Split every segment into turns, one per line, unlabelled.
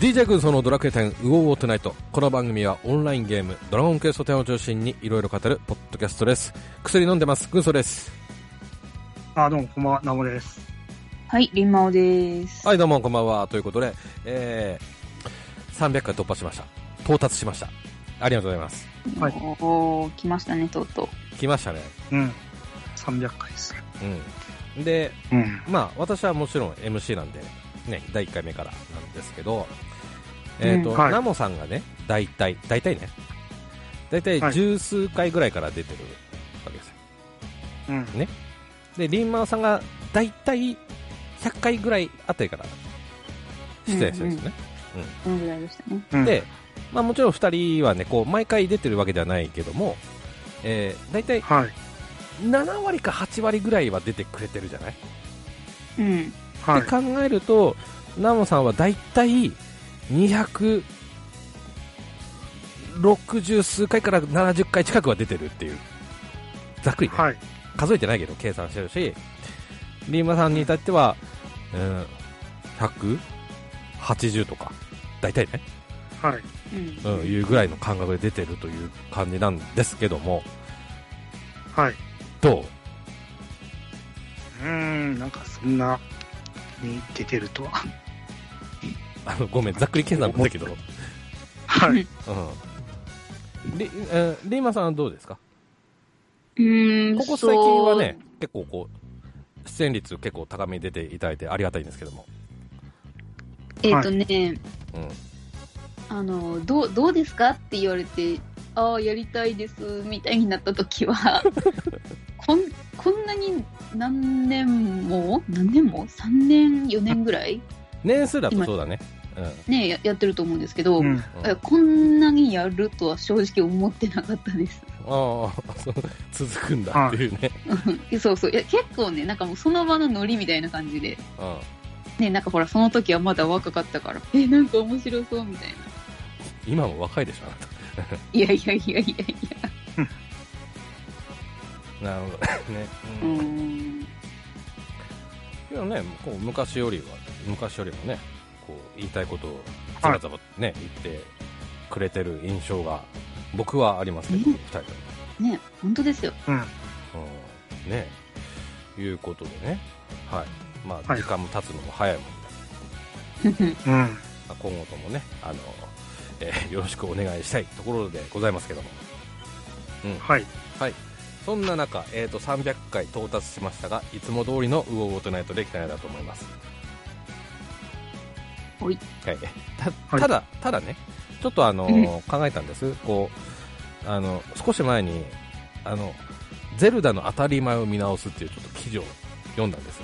DJ 軍曹のドラクエ10ウォーウォートナイトこの番組はオンラインゲームドラゴンクエスト10を中心にいろいろ語るポッドキャストです薬飲んでます軍曹です
あ、どうも、こんばんは、ナモです。
はい、リンマオです。
はいどうもこんばんはということで、えー、300回突破しました到達しましたありがとうございます
はい
おー、来ましたね、とうとう。
来ましたね
うん。300回ですね。
うんで
うん。
まあ私はもちろん MC なんでね第1回目からなんですけどえっ、と、
うんはい
ナモさんがね大体大体ね大体
はい
十数回ぐらいから出てるわけですよ
うん。
で、リンマオさんが大体100回ぐらいあたりから出演してるんですね。
このぐらいでしたね。
うん、
で、まあ、もちろん2人はね、こう、毎回出てるわけではないけども、えー、大体
はい。
7割か8割ぐらいは出てくれてるじゃない、
うん。
はい
で。考えると、ナモさんは大体200、60数回から70回近くは出てるっていう。ざっくりね。
はい。
数えてないけど計算してるしリンマさんに至っては、うん、180とか大体ね、
はい。
うん。
うん、いうぐらいの感覚で出てるという感じなんですけども
はい。う
どう
ーん、なんかそんなに出てるとは。
あのごめんざっくり計算なんだけど、うん
はい。
リえーリンマさんはどうですか
うーん、
ここ最近はね結構こう出演率結構高めに出ていただいてありがたいんですけども、
そう。えっ、とね、
うん、
あの、どう、どうですかって言われて、ああ、やりたいです、みたいになった時 は、こん、こんなに何年も何年も ?3 年、4年ぐらい
年数だとそうだね、うん
ねや、やってると思うんですけ ど、
うん。
うん、
えこんなにやるとは正直思ってなかったです。
ああそう続くんだっていうね、
うんそうそう。いや、結構ね、なんかもうその場のノリみたいな感じで。
うん
ね、なんかほら、その時はまだ若かったから、え、なんか面白そうみたいな。
今も若いでしょあなた
いやいやいやいやいや。
なるほどね、
う
うん
ー
い
ん。
やねこう昔よりは昔よりもねこう言いたいことをざばざばね、言ってくれてる印象が僕はありますけど、
うん
2人とも、
ね、本当ですよ。
うん。
うん、ねいうことでねはいまあ
はい
時間も経つのも早いもんで、
うん。
まあ今後ともねあの、えーよろしくお願いしたいところでございますけども
はい。
そんな中、えー、と300回到達しましたがいつも通りの「ウォーウォートナイト」できたいなと思います
ほい
はいた
はい
ただただねちょっとあのー考えたんですこうあの少し前にあの「ゼルダの当たり前を見直す」っていうちょっと記事を読んだんです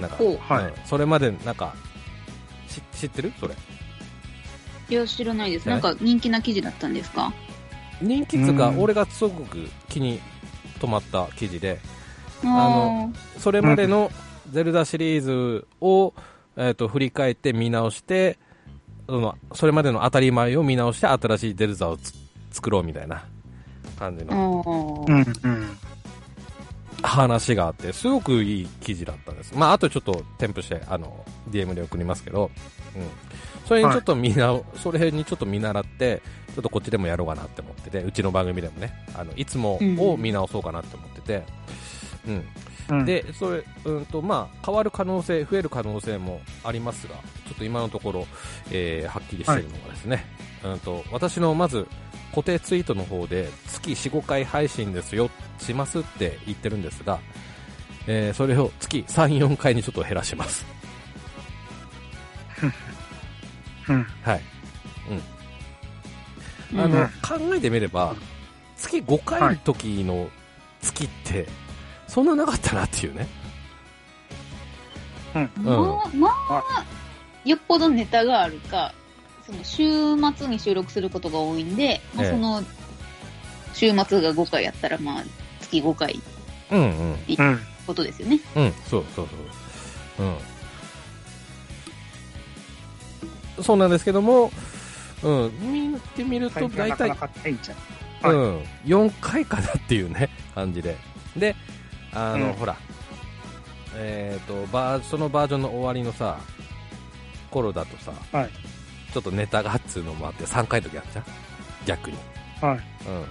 なんか、
ほう
はい
うんそれまでなんかし知ってるそれ
いや、知らないです。
え
なんか人気な記事だったんですか
人気っつうか
うん
俺がすごく気に留まった記事で
あ
の
の、
それまでのゼルダシリーズを、えー、と振り返って見直してそのそれまでの当たり前を見直して新しいゼルダをつ作ろうみたいな感じ
あ
の
ー
うん。うん。
話があってすごくいい記事だったんです、まあ、あとちょっと添付してあの DM で送りますけど、うん、それにちょっと見な、それにちょっと見習ってちょっとこっちでもやろうかなって思っててうちの番組でもねあのいつもを見直そうかなって思ってて、うん、
うん、
でそれ、うんとまあ、変わる可能性、増える可能性もありますが、ちょっと今のところ、えーはっきりしているのがですね、うん、と私のまず固定ツイートの方で月4、5回配信ですよ、しますって言ってるんですが、えーそれを月3、4回にちょっと減らします。
うん。
はい
うん
あの
うん
考えてみれば、月5回の時の月って、そんななかったなっていうね。
まあ、まあ、よっぽどネタがあるか、その週末に収録することが多いんで、まあ
ええ
その、週末が5回やったら、まあ、月5回って
うんうん
うん。
ことですよね。
うん、そうそうそう。うん。そうなんですけども、うん、見てみると
最近は
大
な
体、
かなかないんじゃん。
う
はい
ん、4回かなっていうね、感じで。で、あの、
うん
ほら、えっ、と、バー、そのバージョンの終わりのさ、頃だとさ、
はい
ちょっとネタがっつうのもあって3回の時あるじゃん逆に、
はい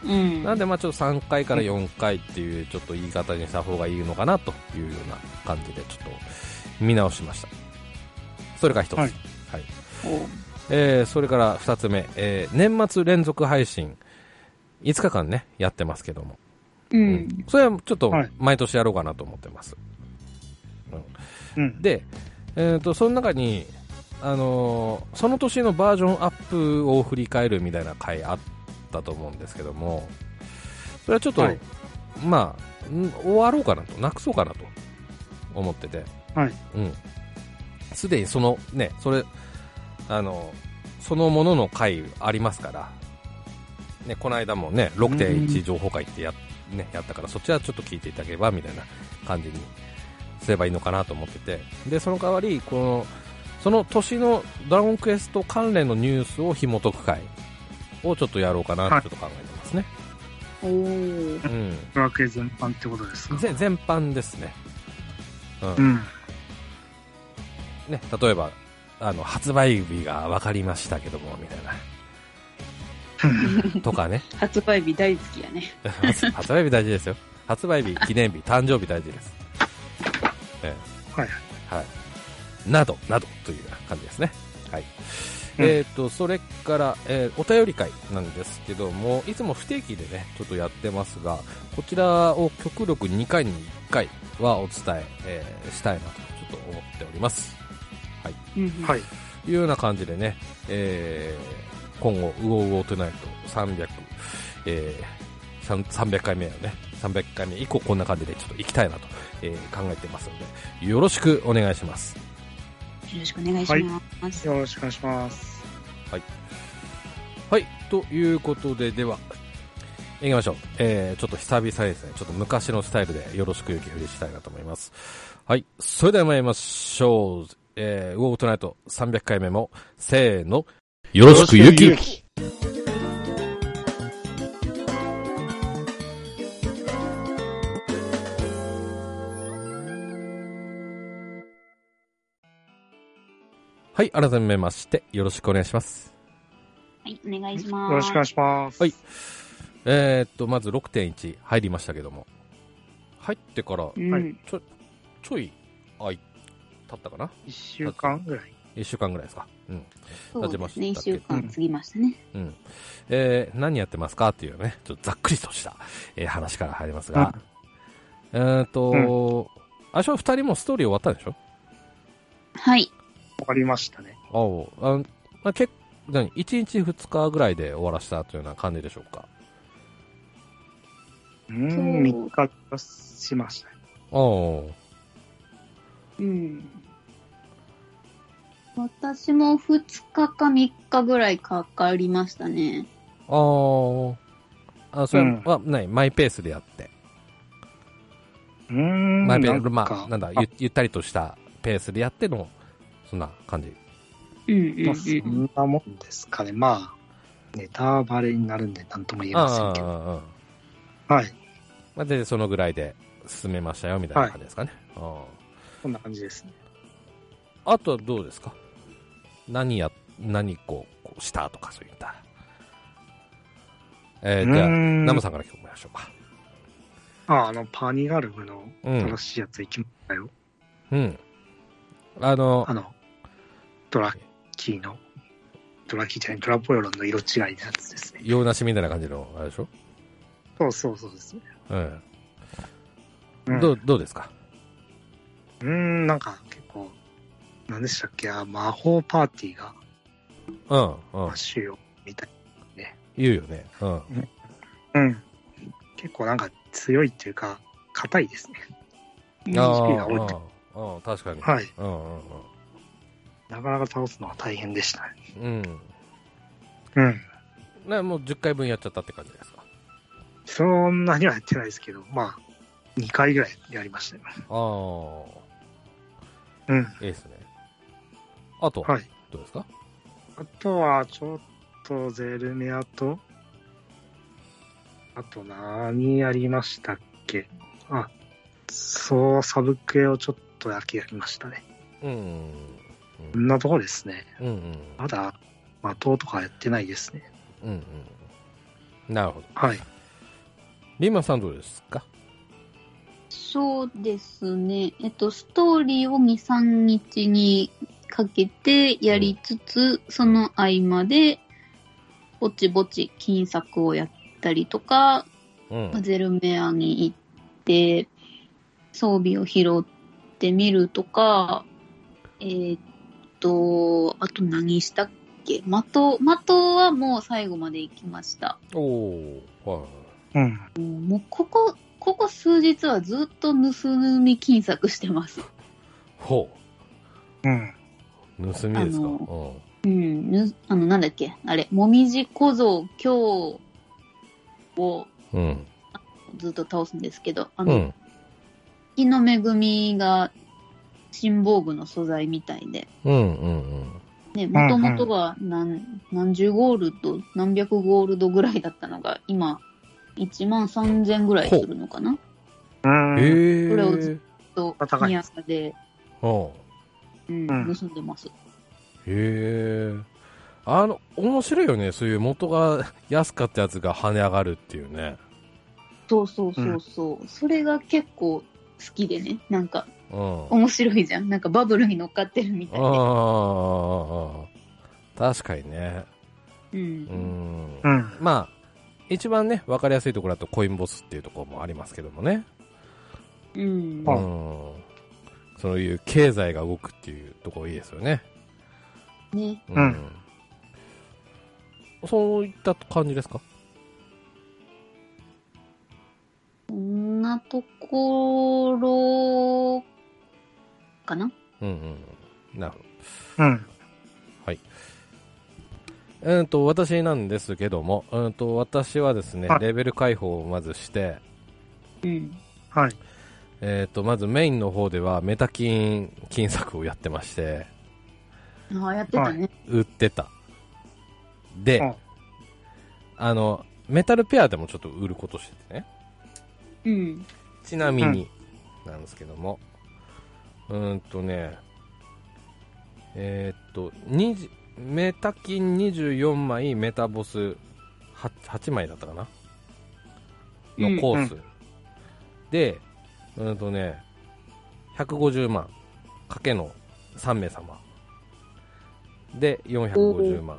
うん
うん。
なんでまあちょっと3回から4回っていうちょっと言い方にした方がいいのかなというような感じでちょっと見直しましたそれが1つ、
は
はいい
お
えーそれから2つ目、えー年末連続配信5日間ねやってますけども
う。
うんそれはちょっと
はい
毎年やろうかなと思ってます、
うん。
で、えー、とその中に、あのーその年のバージョンアップを振り返るみたいな回あったと思うんですけどもそれはちょっと、
はい
まあん終わろうかなとなくそうかなと思ってて
はい
うんすで、にそのねそれあのそのものの回ありますから、ね、この間もね6.1情報会ってや,、ね、やったからそっちはちょっと聞いていただければみたいな感じにすればいいのかなと思っててでその代わりこのその年の「ドラゴンクエスト」関連のニュースを紐解く会をちょっとやろうかな
は
と
い
ちょっと考えてますね、
おー
うん
ドラクエ全般ってことですか。
ぜ全般ですね,、うん
うん。
ね例えばあの発売日が分かりましたけどもみたいなとかね
発売日大好きやね。
発発売日大事ですよ発売日記念日誕生日大事です、え
はい
えはいなどなどというような感じですねはい、
うん
えっ、とそれから、えーお便り会なんですけどもいつも不定期でねちょっとやってますがこちらを極力2回に1回はお伝ええーしたいなとちょっと思っております
うん
はい。
というような感じでね、えー今後、ウオウオトゥナイト300、えーさん300回目やね、300回目以降こんな感じでちょっと行きたいなと、えー考えてますので、よろしくお願いします。
よろしくお願いします。
よろしくお願いします。
はい、ということで、では、行きましょう。えーちょっと久々にですね、ちょっと昔のスタイルでよろしく雪降りしたいなと思います。はい、それでは参りましょう。えーウォートナイト300回目も、せーの、よろしく雪
よろしく雪
はい、改めまして、よろしくお願いします。
はい、お願いします。
よろしくお願いします。
はい。えー、っと、まず6.1入りましたけども、入ってから、
うん。
はい
ちょい、あい、経ったかな
一週間ぐらい。
?1 週間ぐらいですか。うん。
そうですね、
立てまし
一
たけど
週間過ぎましたね。
うん。えー何やってますかっていうね、ちょっとざっくりとした、えー話から入りますが、えーっと、あ相性2人もストーリー終わったんでしょ
はい。
終わりましたね。
あおあのまあ、結何1日2日ぐらいで終わらせたというような感じでしょうか
う
そう
ーん、3日しましたね。
あお
うん。私も2日か3日ぐらいかかりましたね。
あーあそれ
うん
は、ないマイペースでやって、
うーん。
マイペ
な
ー
ん
ス
か
まあなんだゆゆったりとしたペースでやってのそんな感じ
うんうん
まあ、
う
そ
ん。
んなもんですかね。まあ、ネタバレになるんで、なんとも言えません
あ
けど。
あ
はい。
まあでそのぐらいで進めましたよみたいな感じですかね、あ
こんな感じですね。
ああとはどうですか何や何こうこうしたとかそういったえー、じゃあ
うーん
ナムさんから聞こえましょうか
あ、あの、パニガルムの
うん
新しいやつ行きましたよ。
うんあの
あの、ドラッキーの、ドラッキーじゃない、ドラポヨロンの色違いのやつですね。
用なしみたいな感じのあれでしょ、
そうそうそうですね。
うん
うん、
ど
う
うどうですか
ーん、なんか結構、何でしたっけ、あ魔法パーティーが、
うんう
ま
ん
あ、主要みたい
言うよねうん
な。うん。結構なんか強いっていうか、硬いですね。
うん
あ
意識が
あ
多い
ーあー確かに
はい。
うんうん
なかなか倒すのは大変でしたね。
うん
うん。
うんねもう10回分やっちゃったって感じですか
そんなにはやってないですけど、まあ、2回ぐらいやりましたよ。
ああ
うん。
いいですねあとは
はい。
どうですか、
あとは、ちょっと、ゼルメアと、あと、何やりましたっけあ、そう、サブクエをちょっとだけやりましたね。
うんうん
そんなとこですね。
うんうん
まだ、まあ、党とかやってないですね。
うんうんなるほど
はい。
リーマンさんどうですか
そうですね。えっと、ストーリーを2、3日にかけてやりつつ、その合間で、ぼちぼち金作をやったりとか、
うん
ゼルメアに行って、装備を拾ってみるとか、えーっと、あと何したっけ的、的はもう最後まで行きました。
おおはい
うん。
もうここ、ここ数日はずっと盗み金策してます。
ほ
うん。
う盗みですか
あ
うん
うん、ぬあの、なんだっけ、あれ、もみじ小僧、今日を
うん
ずっと倒すんですけど、あ
う
の、
ん
木の恵みが辛抱具の素材みたいで、
うんうん
ね、
んう
もと
ん
もとが何、何十ゴールド、何百ゴールドぐらいだったのが、今、1万3000ぐらいするのかな
うん。
ええ
これをずと
あ高、い
宮下で、
うん
うん、
うん
盗んでます。
へえ。あの、面白いよね。そういう元が安かったやつが跳ね上がるっていうね。
そうそうそうそう。それが結構好きでね、なんか
うん。あ
面白いじゃん。なんかバブルに乗っかってるみたいで。
あ。確かにね。う
う。
んん。
うん。
まあ、一番ね、わかりやすいところだとコインボスっていうところもありますけどもね。
うん。
う
あ
ん。そういう経済が動くっていうところいいですよね。
ね。
う
うん。
そういった感じですか
こんなところ、かな
うんうん。なるほど。
うん。
うんと、私なんですけども、うんと、私はですね
は、い
レベル解放をまずして、
うん。
はい。
えっ、と、まずメインの方ではメタキン、金策をやってまして、
ああ、やってたね。
売ってた。で、
うん
あの、メタルペアでもちょっと売ることしててね。
うん。
ちなみに、なんですけども、うーんとね、えーっと、20メタ金24枚、メタボス 8, 8枚だったかなのコース。
う
で、うーんとね、150万かけの3名様。で、450万。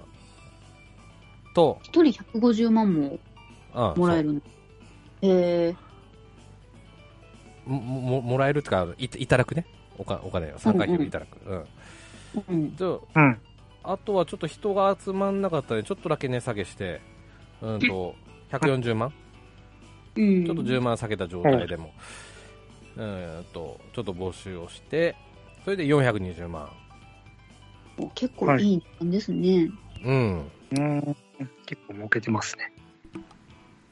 と、
一人150万も
あ
もらえるんえー、
もももらえるってかいいただくねおかお金を参加費をいただく、うん
うん。
で
うん。
あとはちょっと人が集まんなかったのでちょっとだけ値下げしてうんと140万
うん。
ちょっと10万下げた状態でも、うん、とちょっと募集をしてそれで420万
結構いい値段ですね。
うん
うん。結構儲けてますね。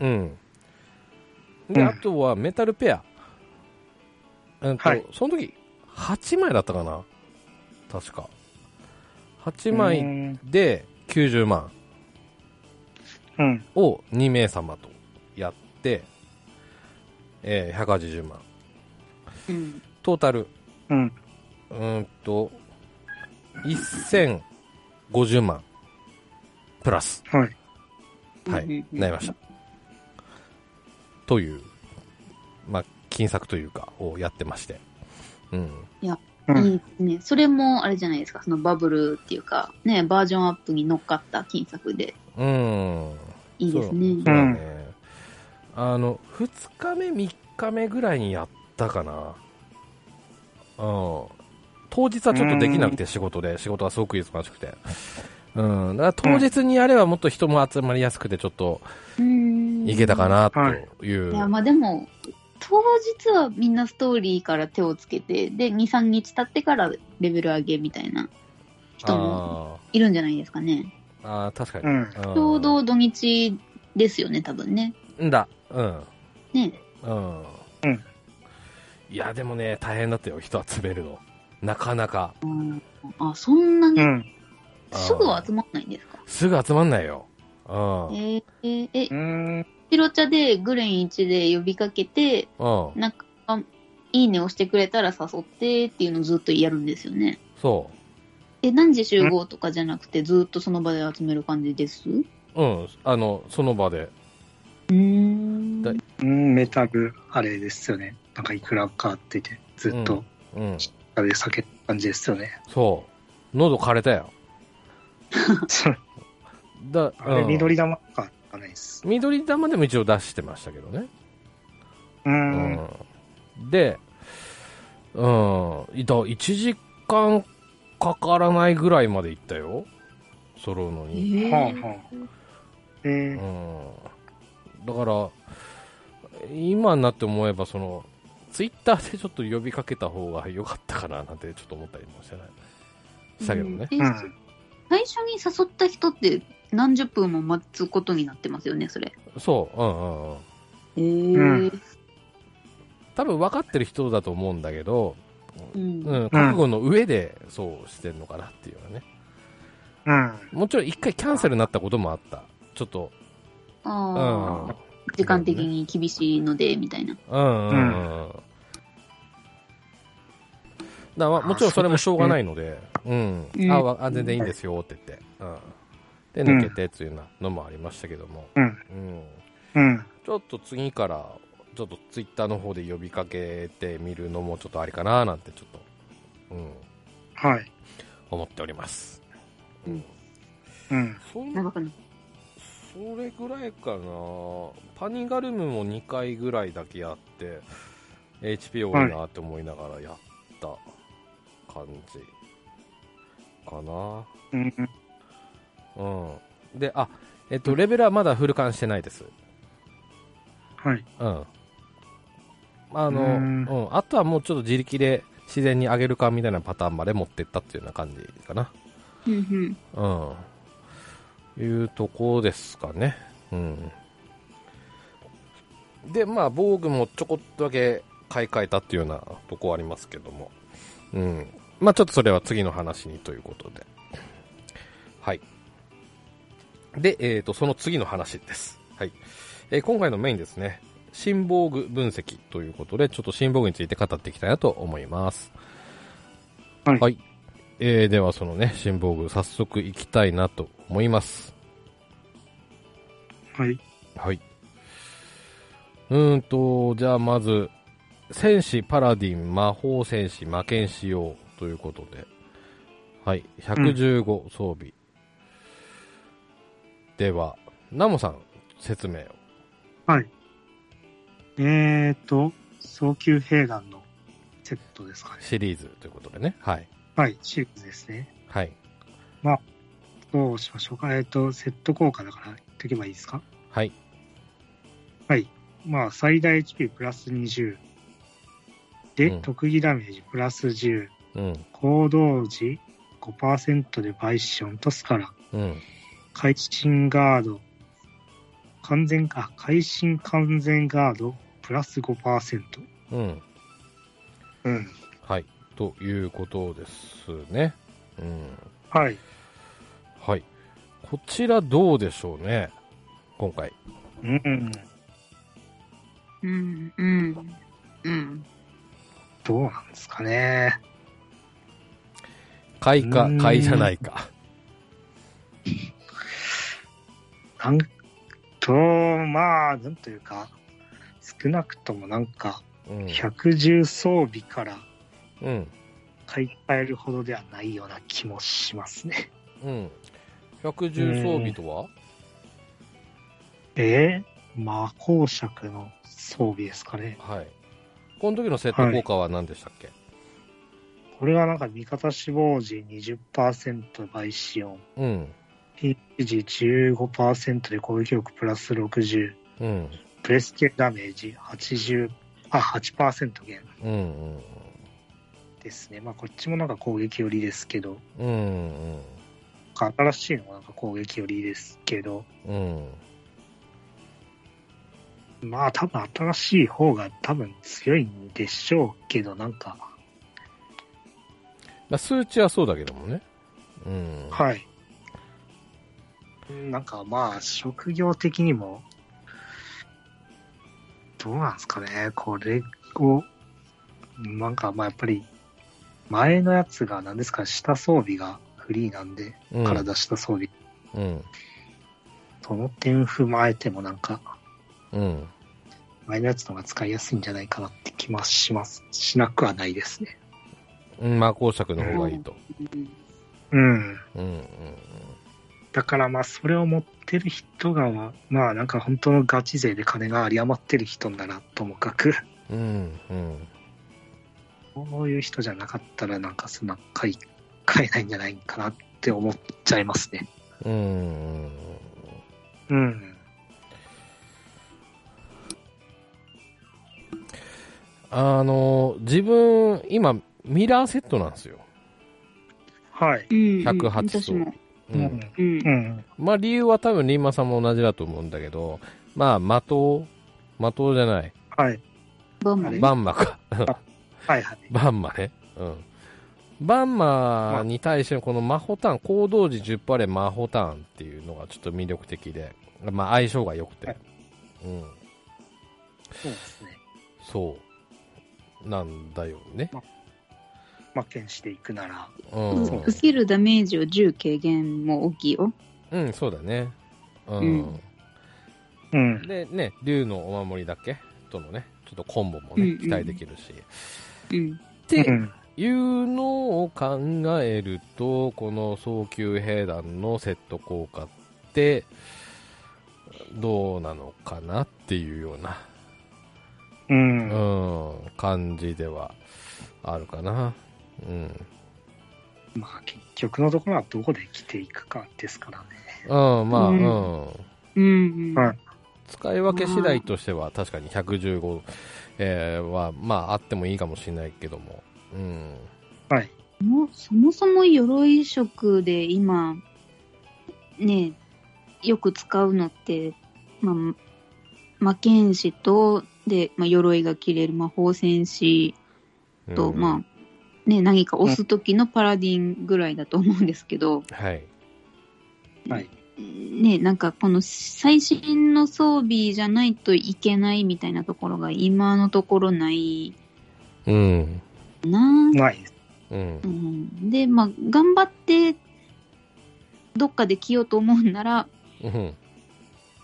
うんで、
うん
あとはメタルペア、うんと
はい
その時8枚だったかな確か8枚
うん。
で90万
うん。
を2名様とやって、えー180万
うん。
トータル
うん。
うーんと1050万プラス
はい。
はい
うん
なりました。というまあ金策というかをやってましてうん
う
い
ん。
いですね。それも、あれじゃないですか、そのバブルっていうか、ね、バージョンアップに乗っかった金策で、
うーん
いいです
そうそう
ね。
だねあの2日目3日目ぐらいにやったかなうん当日はちょっとできなくて仕事で仕事がすごく忙しくてうんだから当日にやればもっと人も集まりやすくてちょっと
うん
いけたか。な
は
という、
いや、まあでも、当日はみんなストーリーから手をつけて、で、2、3日経ってからレベル上げみたいな、人
あ
もいるんじゃないですかね。
ーあー確かに、
うん
ちょうど土日ですよね、多分ね。
うんだうん
ね。
うん、
うん
いやでもね大変だったよ人集めるのなかなか
あ、そんな
う
に、
ん。
すぐは集まんないんですか
すぐ集まんないようん
えー、えー、え
う、ん。
白茶でグレン1で呼びかけて、
うん
なんか、いいねをしてくれたら誘ってっていうのをずっとやるんですよね。
そ
え、何時集合とかじゃなくて、ずっとその場で集める感じですう
うん、あの、その場で。
ーん。
だい
うん、メタル、あれですよね。なんかいくらかって言って、ずっと、
うん、
あれ避けた感じですよ ね。
そう。喉枯れたよ。
そう
だ、
あれ、
うん
緑玉か、あないです。
緑玉でも一応出してましたけどね。
う。
うんん。で、うん、いた、1時間かからないぐらいまで行ったよ。揃うの
え
に。
ー
はあはあ。
う
えー
んだから、今になって思えば、その、ツイッターでちょっと呼びかけた方が良かったかななんてちょっと思ったりもしてない。したけどね。
え
うん。
最初に誘った人って何十分も待つことになってますよね、それ。
そう、うんうんうん。
え
ー
多分分かってる人だと思うんだけど、
うん。
うん、覚悟の上でそうしてるのかなっていうのはね。
うん。
もちろん一回キャンセルになったこともあった。ちょっと、うん。
ああ、
う
時間的に厳しいので、みたいな。
んうんうん。うんだからまあもちろんそれもしょうがないので、うん
う。ん
あわあ、全然いいんですよって言って。うん。で、抜けてっていうようなのもありましたけども。
うん。
うん。
うん。
ちょっと次から、ちょっとツイッターの方で呼びかけてみるのもちょっとありかななんてちょっと、うん、
はい。
思っております。うん。
うん。
そん
長くない。
それぐらいかなパニガルムも2回ぐらいだけやって HP 多いなって思いながらやった感じかな
うん。
うんであえっとレベルはまだフル完してないです
はい。
うんあのう
うんん、
あとはもうちょっと自力で自然に上げるかみたいなパターンまで持ってったっていうような感じかな
うんうん。
うん。いうとこですかね。うん。で、まあ、防具もちょこっとだけ買い替えたっていうようなとこはありますけども。うん。まあ、ちょっとそれは次の話にということで。はい。で、えっ、と、その次の話です。はい。えー今回のメインですね。新防具分析ということで、ちょっと新防具について語っていきたいなと思います。
はい
はい。えーではそのね、新防具、早速行きたいなと思います。
はい。
はい。うーんと、じゃあまず、戦士、パラディン、魔法戦士、魔剣士用ということで、はい、115装備。では、ナモさん、説明を。
えーと、早急兵団のセットですかね。
シリーズということでね。はい。
はい、シリーズですね。
はい。
どうしましょうか。えっ、と、セット効果だから言っとけばいいですか。
はい。
はい。まあ、最大 HP プラス20。で、
うん
特技ダメージプラス10。
うん。
行動時5%でバイションとスカラ。
うん。
会心ガード。完全か、会心完全ガードプラス5%。
うん。
うん。
はい。ということですね。うん。
はい。
はい。こちらどうでしょうね。今回。
うん。
うんうん。うん。
どうなんですかね。
買いうか
ーん、
買いじゃないか。
なんと、まあ、なんというか、少なくともなんか、
うん。
110装備から
うん。
買い替えるほどではないような気もしますね。
うん。110装備とは
えー、魔法尺の装備ですかね。
はい。この時のセット効果は何でしたっけ、
これがなんか味方死亡時20%倍使用、
うん。
ピーチ時15%で攻撃力プラス60、
うん。
プレス系ダメージ80、あ、8%減
うん。うん。
ですね。まあ、こっちもなんか攻撃寄りですけど、
うん。
新しいのもなんか攻撃よりですけど、
うん。うん。
まあ多分新しい方が多分強いんでしょうけど、なんか、
まあ、数値はそうだけどもね。うん。
はい。なんかまあ職業的にも、どうなんですかね、これを、なんかまあやっぱり、前のやつが何ですか、下装備がフリーなんで、
うん
から出した装備。
うん
その点踏まえてもなんか、
うん
前のやつの方が使いやすいんじゃないかなって気もします。しなくはないですね。
うんまあ公爵の方がいいと
う
う
ん
ん。
うんうん
だからまあそれを持ってる人がまあなんか本当のガチ勢で金が有り余ってる人ならともかく
うんうん
こういう人じゃなかったらなんかそんな買い買えないんじゃないかなって思っちゃいますね
うんうん
うん
あの自分今ミラーセットなんですよ、
はい
うん
108層
私も。
う
うんん
うん
うん
まあ理由は多分リンマさんも同じだと思うんだけどまあ的を的じゃない
はい
バンバン
え
バンマか
はいはい
バンマね。うん。バンマに対してのこのマホタン、行動時10パレマホタンっていうのがちょっと魅力的で、まあ相性が良くて。
はい
うん。
そうですね
そう。なんだよね。
まあ剣していくなら
うん。
うん受けるダメージを10軽減も大きいよ。
うん、そうだね。う
うん
ん。
うん
で、ね、竜のお守りだけとのね、ちょっとコンボもね、
うんうん
期待できるし。
うん。
で
うん
いうのを考えると、この早急兵団のセット効果って、どうなのかなっていうような、
う
うんん、感じではあるかな。うん。
まあ結局のところはどこで生きていくかですからね
うん、まあ、う
うん
ん。
うん。
はい
使い分け次第としては、確かに115、えーは、まあ、あってもいいかもしれないけども。うん。
はい
もそもそも鎧色で今、ねえ、よく使うのって、まあ、魔剣士と、で、まあ、鎧が切れる魔法戦士
うん
と、まあ、ねえ、何か押す時のパラディンぐらいだと思うんですけど、
はい。
はい
ねえ、なんかこの最新の装備じゃないといけないみたいなところが今のところない
うん。
な
ないです
うん
う。んで、まあ、頑張って、どっかで着ようと思うんなら、
うん。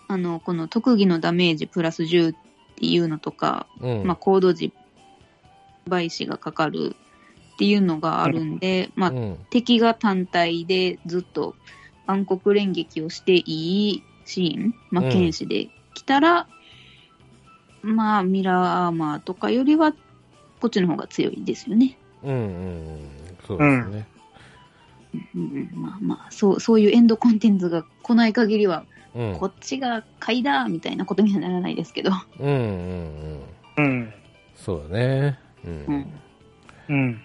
あの、この特技のダメージプラス10っていうのとか、
うん。
まあ、コード時、倍死がかかるっていうのがあるんで、まあ、
うん。
敵が単体でずっと暗黒連撃をしていいシーン、まあ、
うん
剣士で来たら、まあ、ミラーアーマーとかよりは、こっちの方が強いですよね。
うんうんうんそうですね。
うんうんまあまあそうそういうエンドコンテンツが来ない限りは、
うん。
こっちが買いだみたいなことにはならないですけど、
うんうんうん。
うん
そうだね。う
うんん。
うん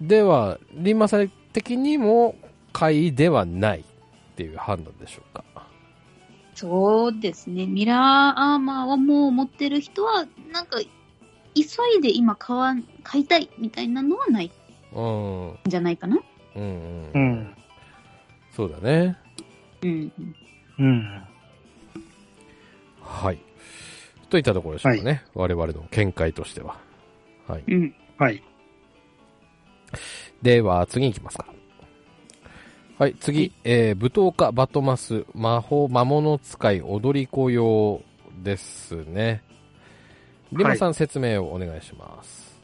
では、リンマさん的にも買いではないっていう判断でしょうか。
そうですねミラーアーマーをもう持ってる人はなんか急いで今買わん買いたいみたいなのはないん
うん。うん
じゃないかな
うんう
う
ん。
ん
そうだね。
うん
うん
はい。といったところでしょうかね。我々の見解としては。はい。
うん
はい
では、次行きますか。はい、
は
次
い。
えー、舞踏家、バトマス、魔法、魔物使い、踊り子用ですね。リンマさん説明をお願いします。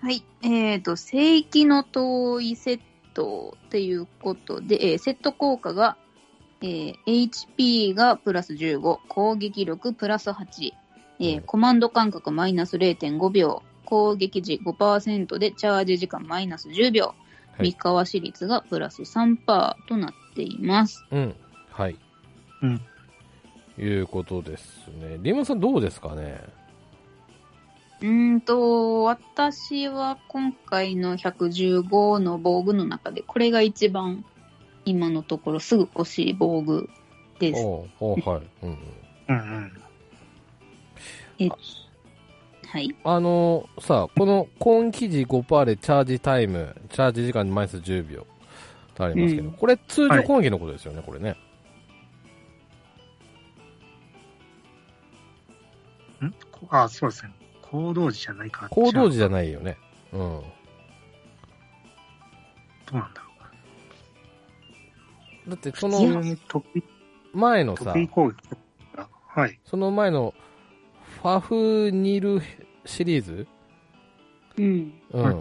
はい。えっ、と、聖域の遠いセットっていうことで、えーセット効果が、えー HP がプラス15、攻撃力プラス8、えー
うん
コマンド間隔マイナス0.5秒、攻撃時5%でチャージ時間マイナス10秒、
はい
三河市率がプラス3%となっています。
うん。はい。
うん。
いうことですね。リンマさんどうですかね
うーんと、私は今回の115の防具の中で、これが一番今のところすぐ欲しい防具です。
おうおうはい。うんうん。
うんうん
はい。
あのーさあ、この、今記事5%でチャージタイム、チャージ時間にマイナス10秒とありますけど、
うん
これ通常攻撃のことですよね、これね。
んこあ、そうですね。行動時じゃないか。
行動時じゃ
い。
ないよね。うん。
どうなんだろ。
だってそう
いや
非常
の
に得意、
前のさ
得、意攻撃だはい。
その前のファフニルシリーズ、
うん。
うん
はい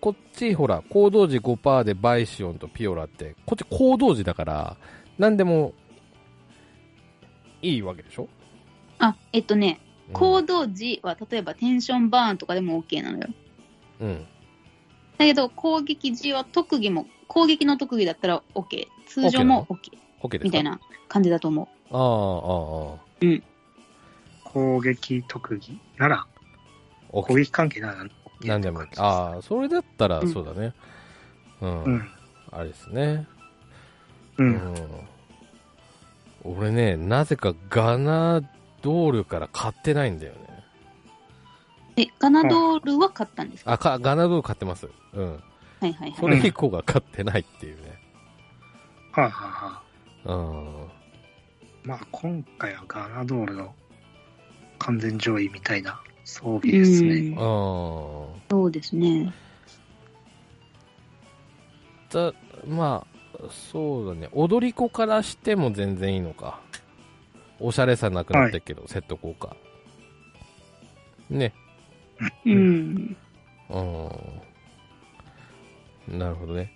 こっちほら、行動時5%でバイシオンとピオラって、こっち行動時だから、何でもいいわけでしょ、
あ、えっとね、
うん
行動時は例えばテンションバーンとかでも OK なのよ。
うん。
だけど攻撃時は特技も、攻撃の特技だったら OK。通常も OK。
OK ですか
みたい。な感じだと思
ああ、ああ、ああ
攻撃特技なら、攻
OK。
撃関係なら、
何でもいい。
あ。
ああ、それだったら
うん
そうだね。うん。
うん。
あれですね。
う。
うんん。俺ね、なぜかガナドールから買ってないんだよね。
う。え、ガナドールは買ったんですか
あ、かガナドール買ってます。うん。
はいはい
そ
はい。
れ以降が買ってないっていうね。
はいはいは
うん。
い。まあ、今回はガナドールの完全上位みたいな装備ですね。
うん
あ
そうですね。
だまあそうだね踊り子からしても全然いいのかおしゃれさなくなってるけど、セット効果ね
う。
うん
うんなるほどね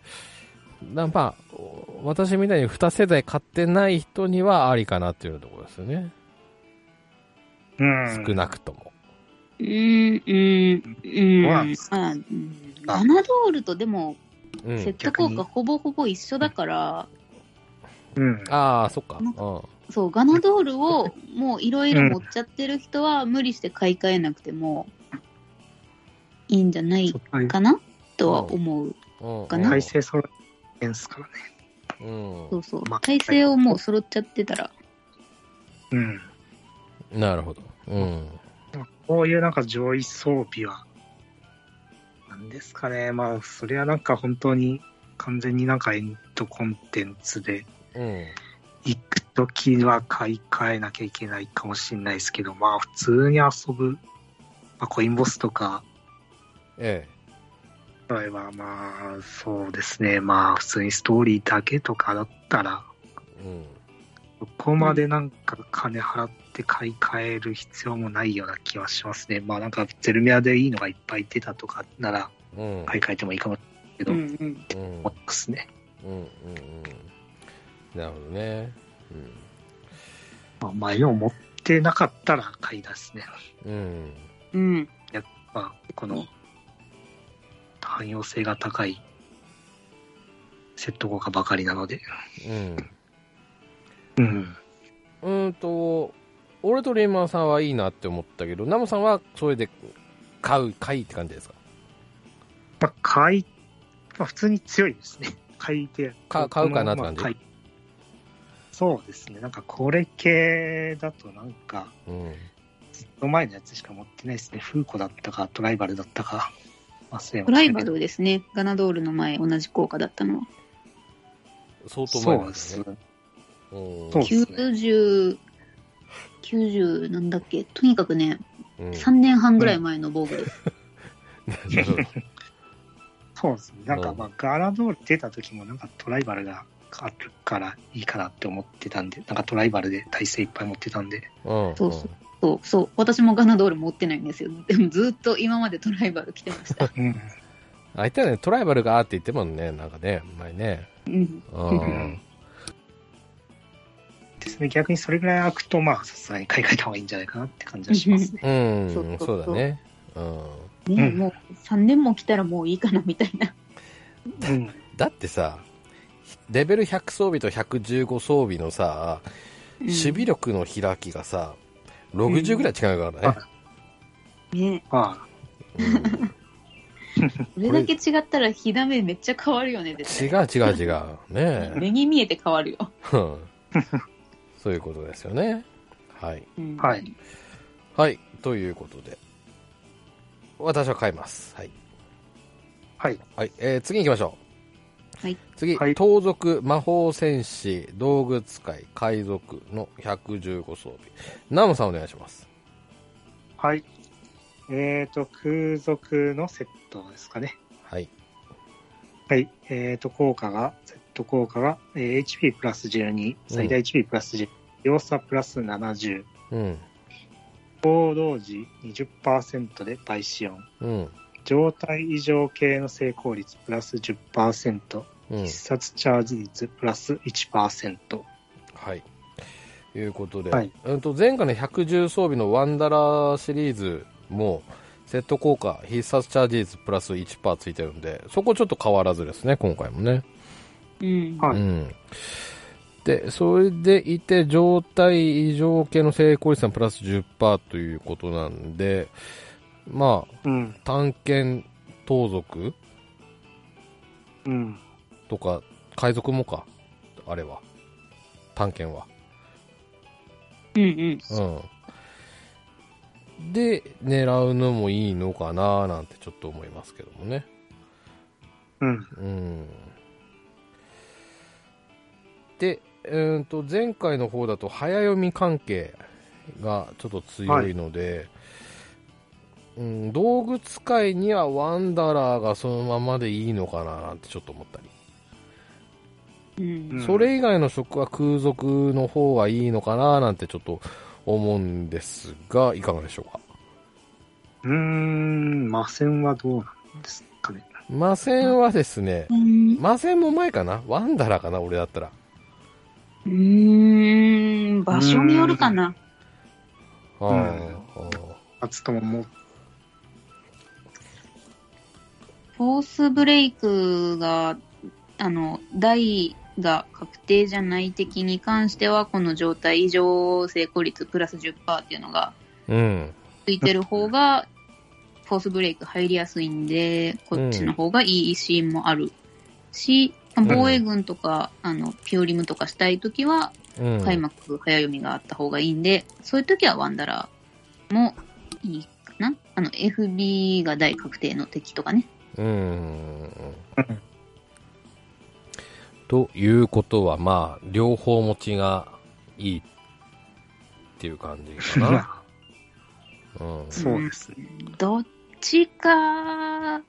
なまあお私みたいに2世代買ってない人にはありかなっていうところですよね、
うん。
少なくとも
うん、うん、うん。
ま
ま
あ
あ、うんガナドールとでも、
うん
セット
逆
効果
に
ほぼほぼ一緒だから、
うん。
ああそっか
なん
うん
そう、ガナドールをもういろいろ持っちゃってる人は無理して買い替えなくてもいいんじゃない
はい
かなとは思う。
うん
かな
体勢揃えんすからね。
うん
そうそう
まあ。
体勢をもう揃っちゃってたら。
うん。
なるほどうん
こういうなんか上位装備は、なんですかね。まあ、それはなんか本当に完全になんかエンドコンテンツで
うん
行くときは買い替えなきゃいけないかもしれないですけど、まあ普通に遊ぶ、まあ、コインボスとか、
ええ
例えばまあそうですね、まあ普通にストーリーだけとかだったら、
うん
そこまでなんか金払って買い替える必要もないような気はしますね。まあなんかゼルメアでいいのがいっぱい出たとかなら
うん
買い替えてもいいかもしれないけど、
うん
うん
ボックスね。
うんうんうんなるほどね
まあ前を持ってなかったら買い出すね。
うん、うん、
うん。
まあ、この汎用性が高いセット効果ばかりなので。
うん
うん。
うーんと俺とレイマンさんはいいなって思ったけどナムさんはそれで買う買いって感じですか
まあ、買い、まあ、普通に強いですね。 買いて。
か買うかなって感じ
まあ買いそうですね。なんかこれ系だとなんか、
うん
ずっと前のやつしか持ってないですね。フーコだったか、トライバルだったか。忘れま
ト
した
ラ
け
イ
ど
バルですね。ガナドールの前同じ効果だったのは。
相当前
そう
なん
ですね。
うん
そうですね。
90、90なんだっけとにかくね、
うん
3年半ぐらい前の防具です。
なるほど
そうですね。なんか
うん
まあ、ガラドール出た時もなんかトライバルがあるからいいかなって思ってたんで、なんかトライバルで体勢いっぱい持ってたんで、
うんうん
そうそうそう、そう。私もガナドール持ってないんですよ。でもずっと今までトライバル着てま した。
うん。
あいたねトライバルがあって言ってもねなんかね前ね
うん。
うん
うんですね。逆にそれぐらい開くと、まあ、さすがに買い替えた方がいいんじゃないかなって感じはしますね。
うん
そうそうそう
そうだねうん
ね、
うん
もう3年も来たらもういいかなみたいな。
うん。
だってさレベル100装備と115装備のさ守備力の開きがさ、60ぐらい違うからね。
ね、
ま
うん
それだけ違ったら火ダメめっちゃ変わるよね、絶
違う違う違う。
対。
ね
目に見えて変わるよ。
え。うんそういうことですよね。はい。
うん
はい。
はい。ということで。私は買います。はい。
あ、はい。
はい。えー次行きましょう。
はい。
次、
はい
盗賊、魔法戦士、道具使い、海賊の115装備。ナムさんお願いします。
はい。えーと、空賊のセットですかね。
はい。
はい。えっ、と、効果が、Z 効果が、えー HP プラス12、最大 HP プラス10、秒差プラス70、
うん。
行動時20%で倍使用。
うん。
状態異常系の成功率プラス10%、
うん
必。殺チャージ率プラス1%。
はい。ということで、
はい
うんと前回の110装備のワンダラーシリーズも、セット効果、必殺チャージ率プラス1%ついてるんで、そこちょっと変わらずですね、今回もね。
うん。
はい
うん、でそれでいて状態異常系の成功率がプラス10%ということなんでまあ
うん、
探検盗賊
うん。
とか海賊もかあれは探検は
うんうん。
うんで狙うのもいいのかななんてちょっと思いますけどもね
うん。
うんで、えー、と前回の方だと早読み関係がちょっと強いので、うん、道具使いにはワンダラーがそのままでいいのかななんてちょっと思ったり、
うん。
それ以外の職は空賊の方がいいのかななんてちょっと思うんですがいかがでしょうか
うーん、魔戦はどうなんですかね。
魔戦はですね
うん。
魔戦も前かなワンダラーかな俺だったら
うーん。場所によるかな。
あーあー
初とももう、
フォースブレイクが、あの、台が確定じゃない的に関しては、この状態異常成功率プラス10%っていうのが
うん
ついてる方が、フォースブレイク入りやすいんで、こっちの方がいいシーンもあるし、
ん
防衛軍とか、あの、ピオリムとかしたいときは、
うん
開幕早読みがあった方がいいんで、そういう時はワンダラーもいいかな。あの、FB が大確定の敵とかね。
うん。ということは、まあ、両方持ちがいいっていう感じかな。
まあ
うん。
そうですね。
どっちか、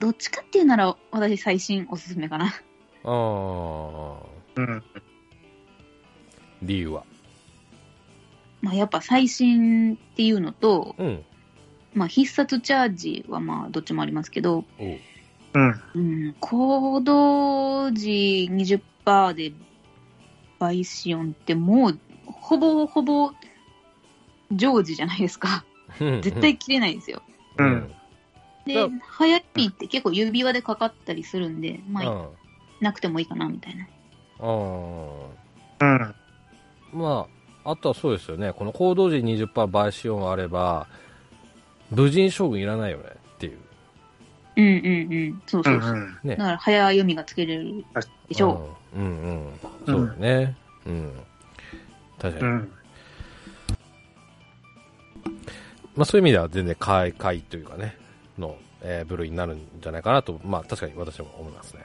どっちかっていうなら、私最新おすすめかな。
ああ、
うん。
理由は。
まあやっぱ最新っていうのと、
うん。
まあ必殺チャージはまあどっちもありますけど、
おう
うん。
うん、行動時20%で倍シオンってもうほぼほぼ常時じゃないですか。絶対、切れないですよ。
う
うんん。
で
だ、
早いって結構指輪でかかったりするんで、ま
う
あ
ん。
なくてもいいかなみたいな。
あ
うん。
あ。まあ、あとはそうですよね。この行動時20%倍使用があれば、無人将軍いらないよねっていう。
うんうんうん。そう
う
そうそう。
ん。
ね。
だから早読みがつけれるでしょ
うんうんうん。そうだね。うん。確
う
かに。
ん。
まあそういう意味では全然買い、買いというかね、の、えー部類になるんじゃないかなと、まあ確かに私も思いますね。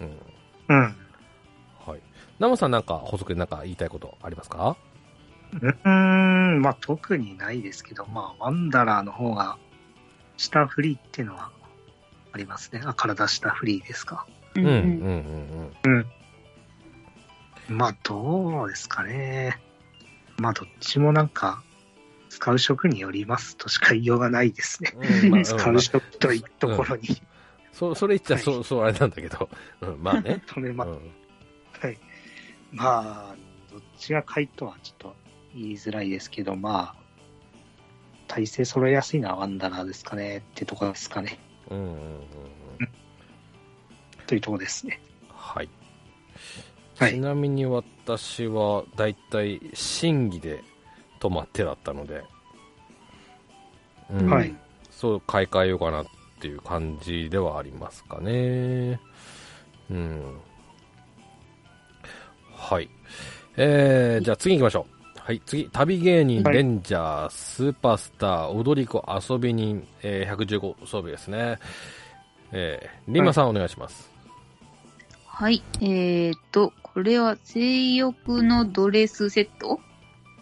うん。
うん。
はい。ナモさんなんか補足でなんか言いたいことありますか
うーん、まあ特にないですけど、まあワンダラーの方が、下フリーっていうのはありますね。あ、体下フリーですか。
う。
う
うん
うん
ん
まあどうですかね。まあどっちもなんか、使う職によりますとしか言いようがないですね。
うんうん。うんまあ
使
うんま
う
あ
職というところに
そそれ言っちゃ
はい
そう、そうあれなんだけど。うん、まあね。
止め
う
ま
ん。
はい。まあ、どっちが買いとはちょっと言いづらいですけど、まあ、体勢揃えやすいのはワンダラーですかねってとこですかね。
うんうんうんうん。
というとこですね。
はい。
はい
ちなみに私は、だいたい審議で止まってだったので、う
うんん。
はい。
そう買い替えようかなっていう感じではありますかね。うん。はい。えー、じゃあ次行きましょう。はい、次。旅芸人、
はい
レンジャー、スーパースター、踊り子、遊び人、えー115装備ですね。えー、リンマさんお願いします。
はい。えー、っと、これは性欲のドレスセット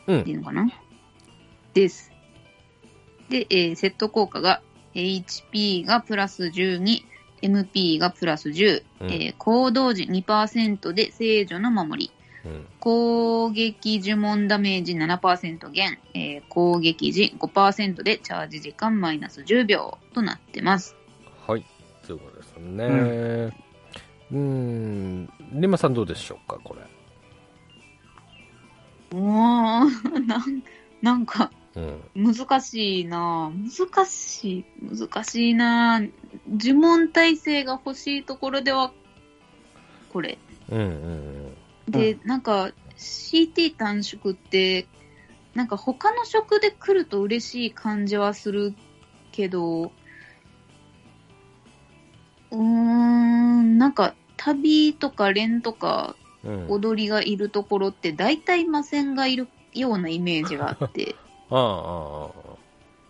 うん
っていうのかなです。で、えーセット効果がえー HP がプラス12、 MP がプラス10、
うん
えー行動時2%で制御の守り、
うん
攻撃呪文ダメージ7%減、えー攻撃時5%でチャージ時間マイナス10秒となってます。
はいということですねうんんリマさんどうでしょうかこ
おー、 なんなんか
れうん
難しいなぁ難しい、難しいなぁ呪文耐性が欲しいところでは、これ。
うんうん
で、なんか CT 短縮って、なんか他の職で来ると嬉しい感じはするけど、うーん、なんか旅とか連とか
うんうん
踊りがいるところって大体魔線がいるようなイメージがあって、
あああああ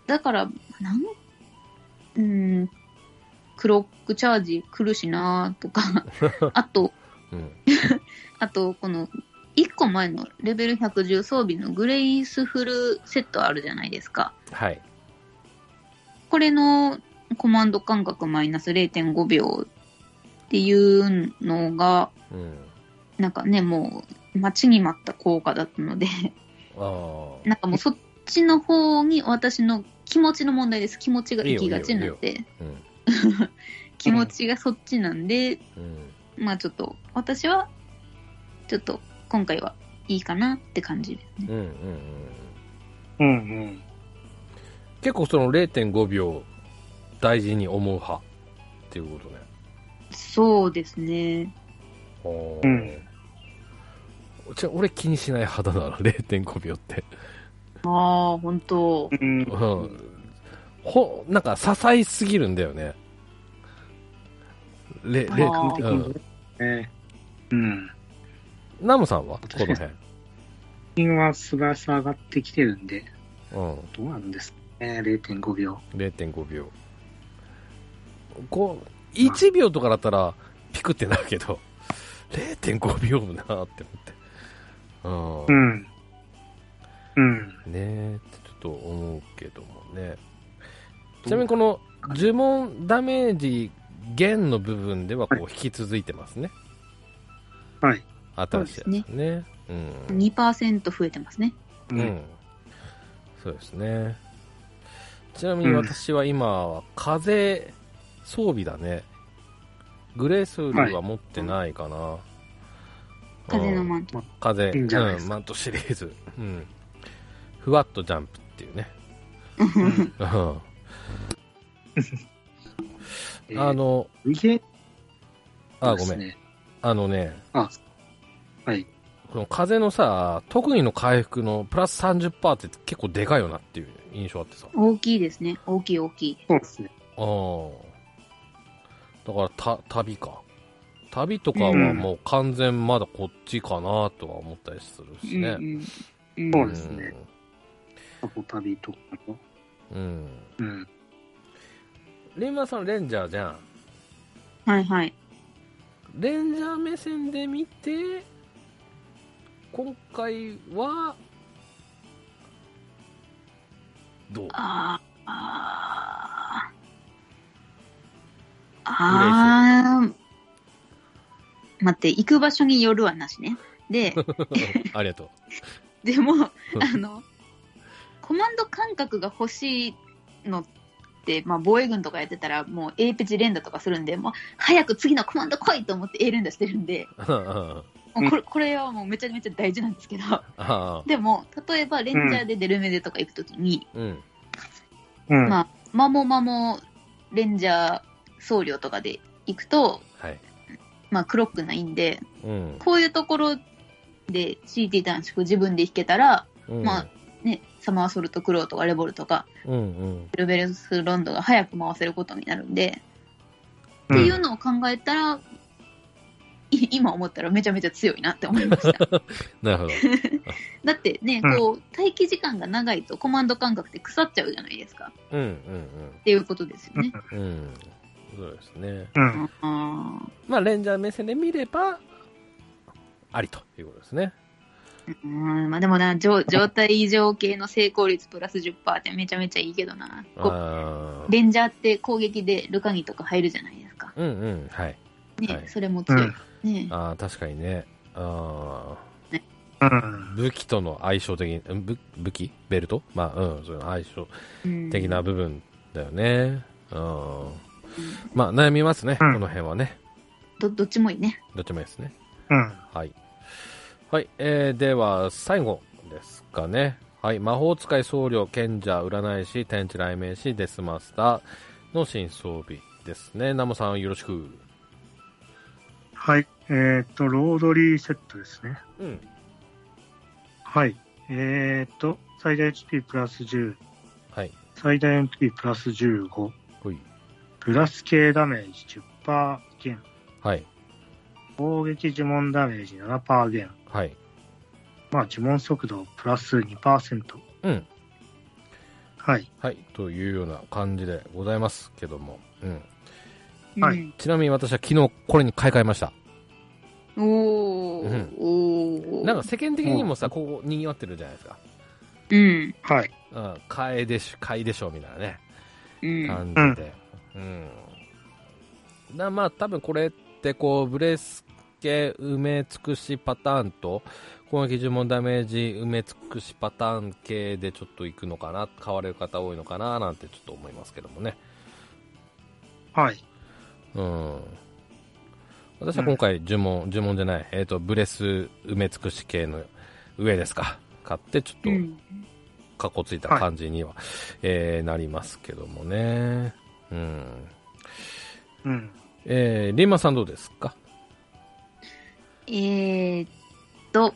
だから、なん、うん、クロックチャージ来るしなとか、あと、
あうん
あと、この、1個前のレベル110装備のグレイスフルセットあるじゃないですか。
はい
これのコマンド間隔マイナス0.5秒っていうのが、
うん
なんかね、もう、待ちに待った効果だったので、
ああ
なんかもうそっちの方に私の気持ちの問題です。気持ちが行きがちになって、
うん
気持ちがそっちなんで、
うん
まあちょっと、私は、ちょっと、今回はいいかなって感じですね。
うんうんうん
うんうん。
結構その0.5秒大事に思う派っていうことね
そうですね。
お
う
ーじゃあ俺気にしない派だな0.5秒 って、
ああ、本当
うん
う。ん、ほなんか支えすぎるんだよねれれ
あ
完璧
う
に
ん、
ね。うん。
ナムさんはこの辺、
最近はスラスラ上がってきてるんで、
うん、
どうなんですかね、0.5秒。
0.5秒こう1秒とかだったらピクってなるけど0.5秒もなーって思って、
う
うん
ん。うん。
ねえってちょっと思うけどもねちなみにこの呪文ダメージ減の部分ではこう引き続いてますね
はい
新しいやつねうん
2%増えてますね。
う。
うんんそうですねちなみに私は今は風装備だねグレースウルは持ってないかな、
風の
うん
マント。
風、
いいんじゃないです
うん、マントシリーズ、うん、ふわっとジャンプっていうね、
うん
うん、あ
えー、
の
いけ
あ
で
ご
す
めん
ね。
あのね
あ、はい。
この風のさ特技の回復のプラス30%って結構でかいよなっていう印象あってさ
大きいですね。大きい大きい。
そうですね。
あーだからた旅か旅とかはもう完全まだこっちかなとは思ったりするしね、
うんうん
そ
うん
うですねサポ旅とかの。
うん、うん
うん。
レンマさんレンジャーじゃん
はいはい。
レンジャー目線で見て今回はどう
あーあー。あー。待って、行く場所によるはなしね。 で、
ありがとう。
でも、あの、コマンド感覚が欲しいのって、まあ、防衛軍とかやってたら、もう A ペチ連打とかするんで、もう、早く次のコマンド来いと思って A 連打してるんで、
あ
もうこれこれはもうめちゃめちゃ大事なんですけど、
あ、
でも、例えばレンジャーでデルメデとか行くときに、
うん。
うん。
まあ、マモマモレンジャー僧侶とかで行くと、
はい。
まあ、クロックないんで、
うん。
こういうところで CT 短縮自分で弾けたら、
うん
まあ、ね、サマーソルトクローとかレボルとか、
うんうん。
ルベルスロンドが早く回せることになるんで、
うん
っていうのを考えたら、い今思ったらめちゃめちゃ強いなって思いました。
なるほど。
だってね、こう、待機時間が長いとコマンド感覚って腐っちゃうじゃないですか。っ
うん
ていうことですよね。
うんうん。うん。そうですね。
うん。
あ
まあ、レンジャー目線で見れば、ありということですね。
ーうん、まあでもな、状状態異常系の成功率プラス10%ってめちゃめちゃいいけどな。こう
ああ。
レンジャーって攻撃でルカギとか入るじゃないですか。
うんうんはい
ね、
はい
それも強いですね、
あー確かにねあ
う
ー。
ん
武器との相性的に武武器ベルトまあうんその相性
うん
的な部分だよねうんまあ悩みますね、
うん
この辺はね
どどっちもいいね
どっちもいいですね
うん。
はい。はい、えーでは、最後ですかね。はい、魔法使い僧侶、賢者、占い師、天地雷鳴師、デスマスターの新装備ですね。ナモさん、よろしく。
はい。えーっと、ロードリーセットですね。
うん。
はい。えーっと、最大 HP プラス10、
はい。
最大 MP プラス15、
ほい。
プラス系ダメージ10%減、
はい。
攻撃呪文ダメージ7%減、
はい。
まあ呪文速度プラス2%。
うん。
はい。
はい。というような感じでございますけども。うん。
は
うん
い、
ちなみに私は昨日これに買い替えました。
おお、
うん
おお
なんか世間的にもさ、ここ賑わってるじゃないですか。
うん
はい。
うん。買えでし、買いでしょ、みたいなね。
うん
感じで、うんなまあ多分これってこうブレスケ埋め尽くしパターンと攻撃呪文ダメージ埋め尽くしパターン系でちょっといくのかな買われる方多いのかななんてちょっと思いますけどもね
はい。
うん私は今回呪文、呪文じゃない、えー、とブレス埋め尽くし系の上ですか買ってちょっと
うん
かっこついた感じには、えーなりますけどもねうん
うん。
えー、リンマさんどうですか
えー、っと、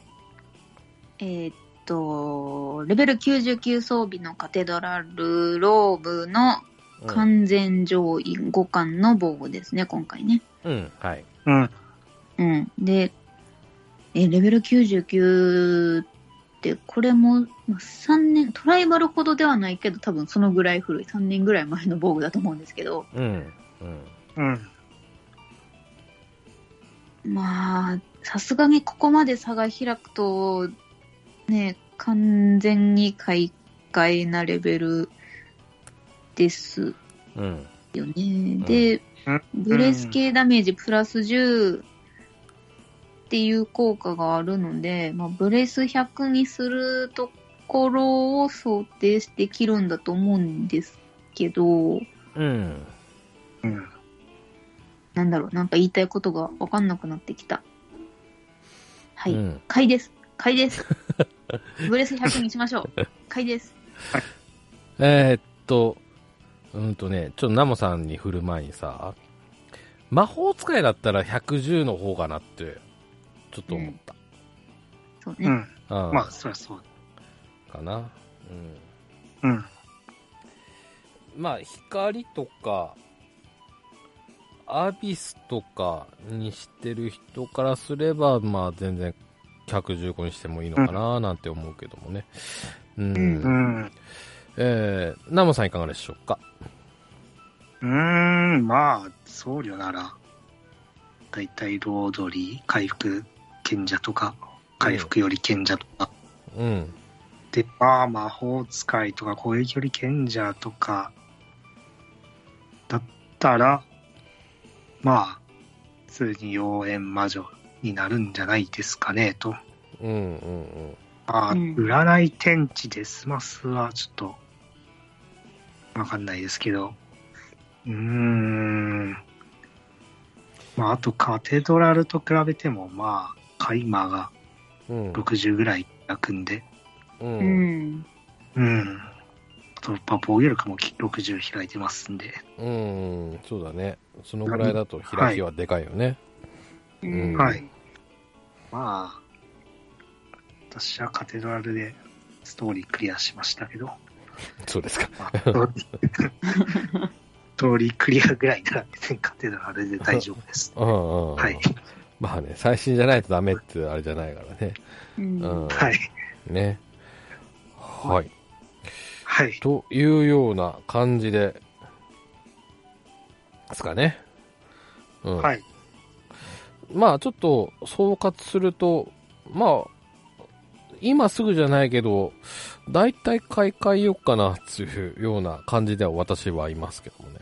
えー、っと、レベル99装備のカテドラルローブの
うん、
完全上位5巻の防護ですね、今回ね。
うん、はい。
うん。
うん。で、えーレベル99って、これもまあ3年、トライバルほどではないけど、多分そのぐらい古い、3年ぐらい前の防具だと思うんですけど、
うん、うん、
うん。
まあ、さすがにここまで差が開くと、ね、完全に買い替えなレベルです
うん、
よね。で、ブレス系ダメージプラス10っていう効果があるので、まあ、ブレス100にするところを想定して切るんだと思うんですけど、
うん。
うん。
なんだろう、なんか言いたいことがわかんなくなってきた。は
う
い。
ん、
買いです。買い です。ブレス100にしましょう。買いです。
えー、っと、うんとね、ちょっとナモさんに振る前にさ、魔法使いだったら110の方かなって、ちょっと思った。
そう
う
ね。
ん。
ああ
まあ、そりゃそう。
かな。うん。
うん。
まあ、光とか、アビスとかにしてる人からすれば、まあ全然115にしてもいいのかななんて思うけどもね。うん。
うん
うん。う
えー、ナモさんいかがでしょうか
ーん。まあ、僧侶なら、だいたいロードリー、回復賢者とか、回復より賢者とか。
うん。
で、まあ、魔法使いとか、攻撃より賢者とか、だったら、まあ、普通に妖艶魔女になるんじゃないですかね、と。
うんうん
ああ、
うん
占い天地で済ますはちょっと、わかんないですけど。うーん。まあ、あとカテドラルと比べても、まあ、カイマが
うん。うん。
60ぐらい楽んで、
う。
うんん。
うん。あと、まあ、防御力も60開いてますんで。
うん。そうだね。そのぐらいだと開きはでかいよね。
うん
はい。まあ、私はカテドラルでストーリークリアしましたけど、
そうですか。
ま あ、ストーリーストーリークリアぐらいなら別にカテドラルで大丈夫 です。
うんうん。
はい。。
まあね、最新じゃないとダメってあれじゃないからね。
うん
うん。
はい。
ね。はい。
はい。
というような感じで、ですかね。うん。
はい。
まあちょっと総括すると、まあ、今すぐじゃないけど、だいたい買い替えようかなっていうような感じでは私はいますけどもね。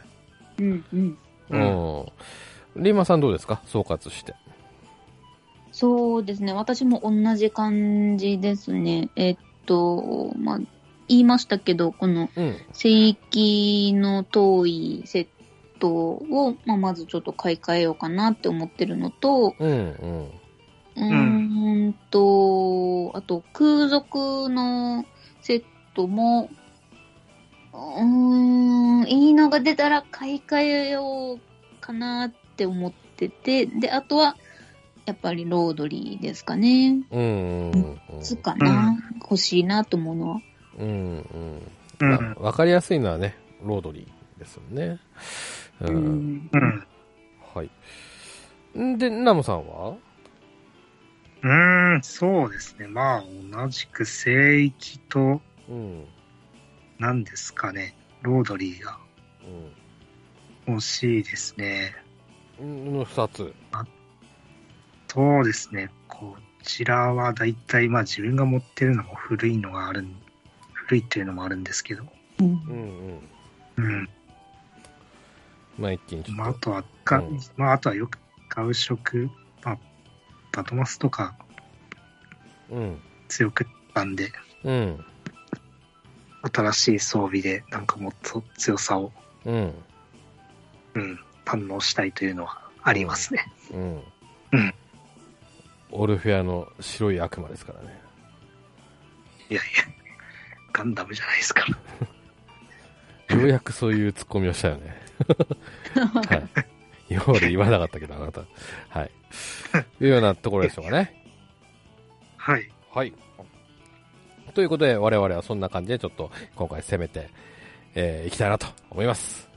うん。うん。
うん。リーマンさんどうですか総括して。
そうですね、私も同じ感じですね。えっと、まあ、言いましたけど、この
うん。
聖域の遠いセットを、まあ、まずちょっと買い替えようかなって思ってるのと、
うん、うん。
うーんと、あと空賊のセットも、うーん、いいのが出たら買い替えようかなって思ってて、で、あとは、やっぱりロードリーですかね。
うん、うん。うん
つかな、欲しいなと思うのは。
うん、うん。
う
ま
ん
あわかりやすいのはね、ロードリーですよね。う。
うんん。
うん
はい。んで、ナモさんは
うーん、そうですね。まあ、同じく聖域と、
うん。
何ですかね、ロードリーが欲しいですね。
うん。の二つ。
そうですね。こちらはだいたい、まあ自分が持ってるのも古いのがあるん、古いっていうのもあるんですけど。
うん
うん、うん。
うん。
まあ一気にち
まあ、
ょ
あ
っと。
とはか、
うん
まあ、あとはよく買う食、まあ、バトマスとか
うん。
強くったんで、
うん。
新しい装備で、なんかもっと強さを、
うん。
うん、堪能したいというのはありますね。
うん。
うん。
オルフェアの白い悪魔ですからね。
いやいや、ガンダムじゃないですか。
ようやくそういうツッコミをしたよね。はい。今まで言わなかったけど、あなた。はい。いうようなところでしょうかね。
はい。
はい。ということで、我々はそんな感じでちょっと今回攻めて、えーいきたいなと思います。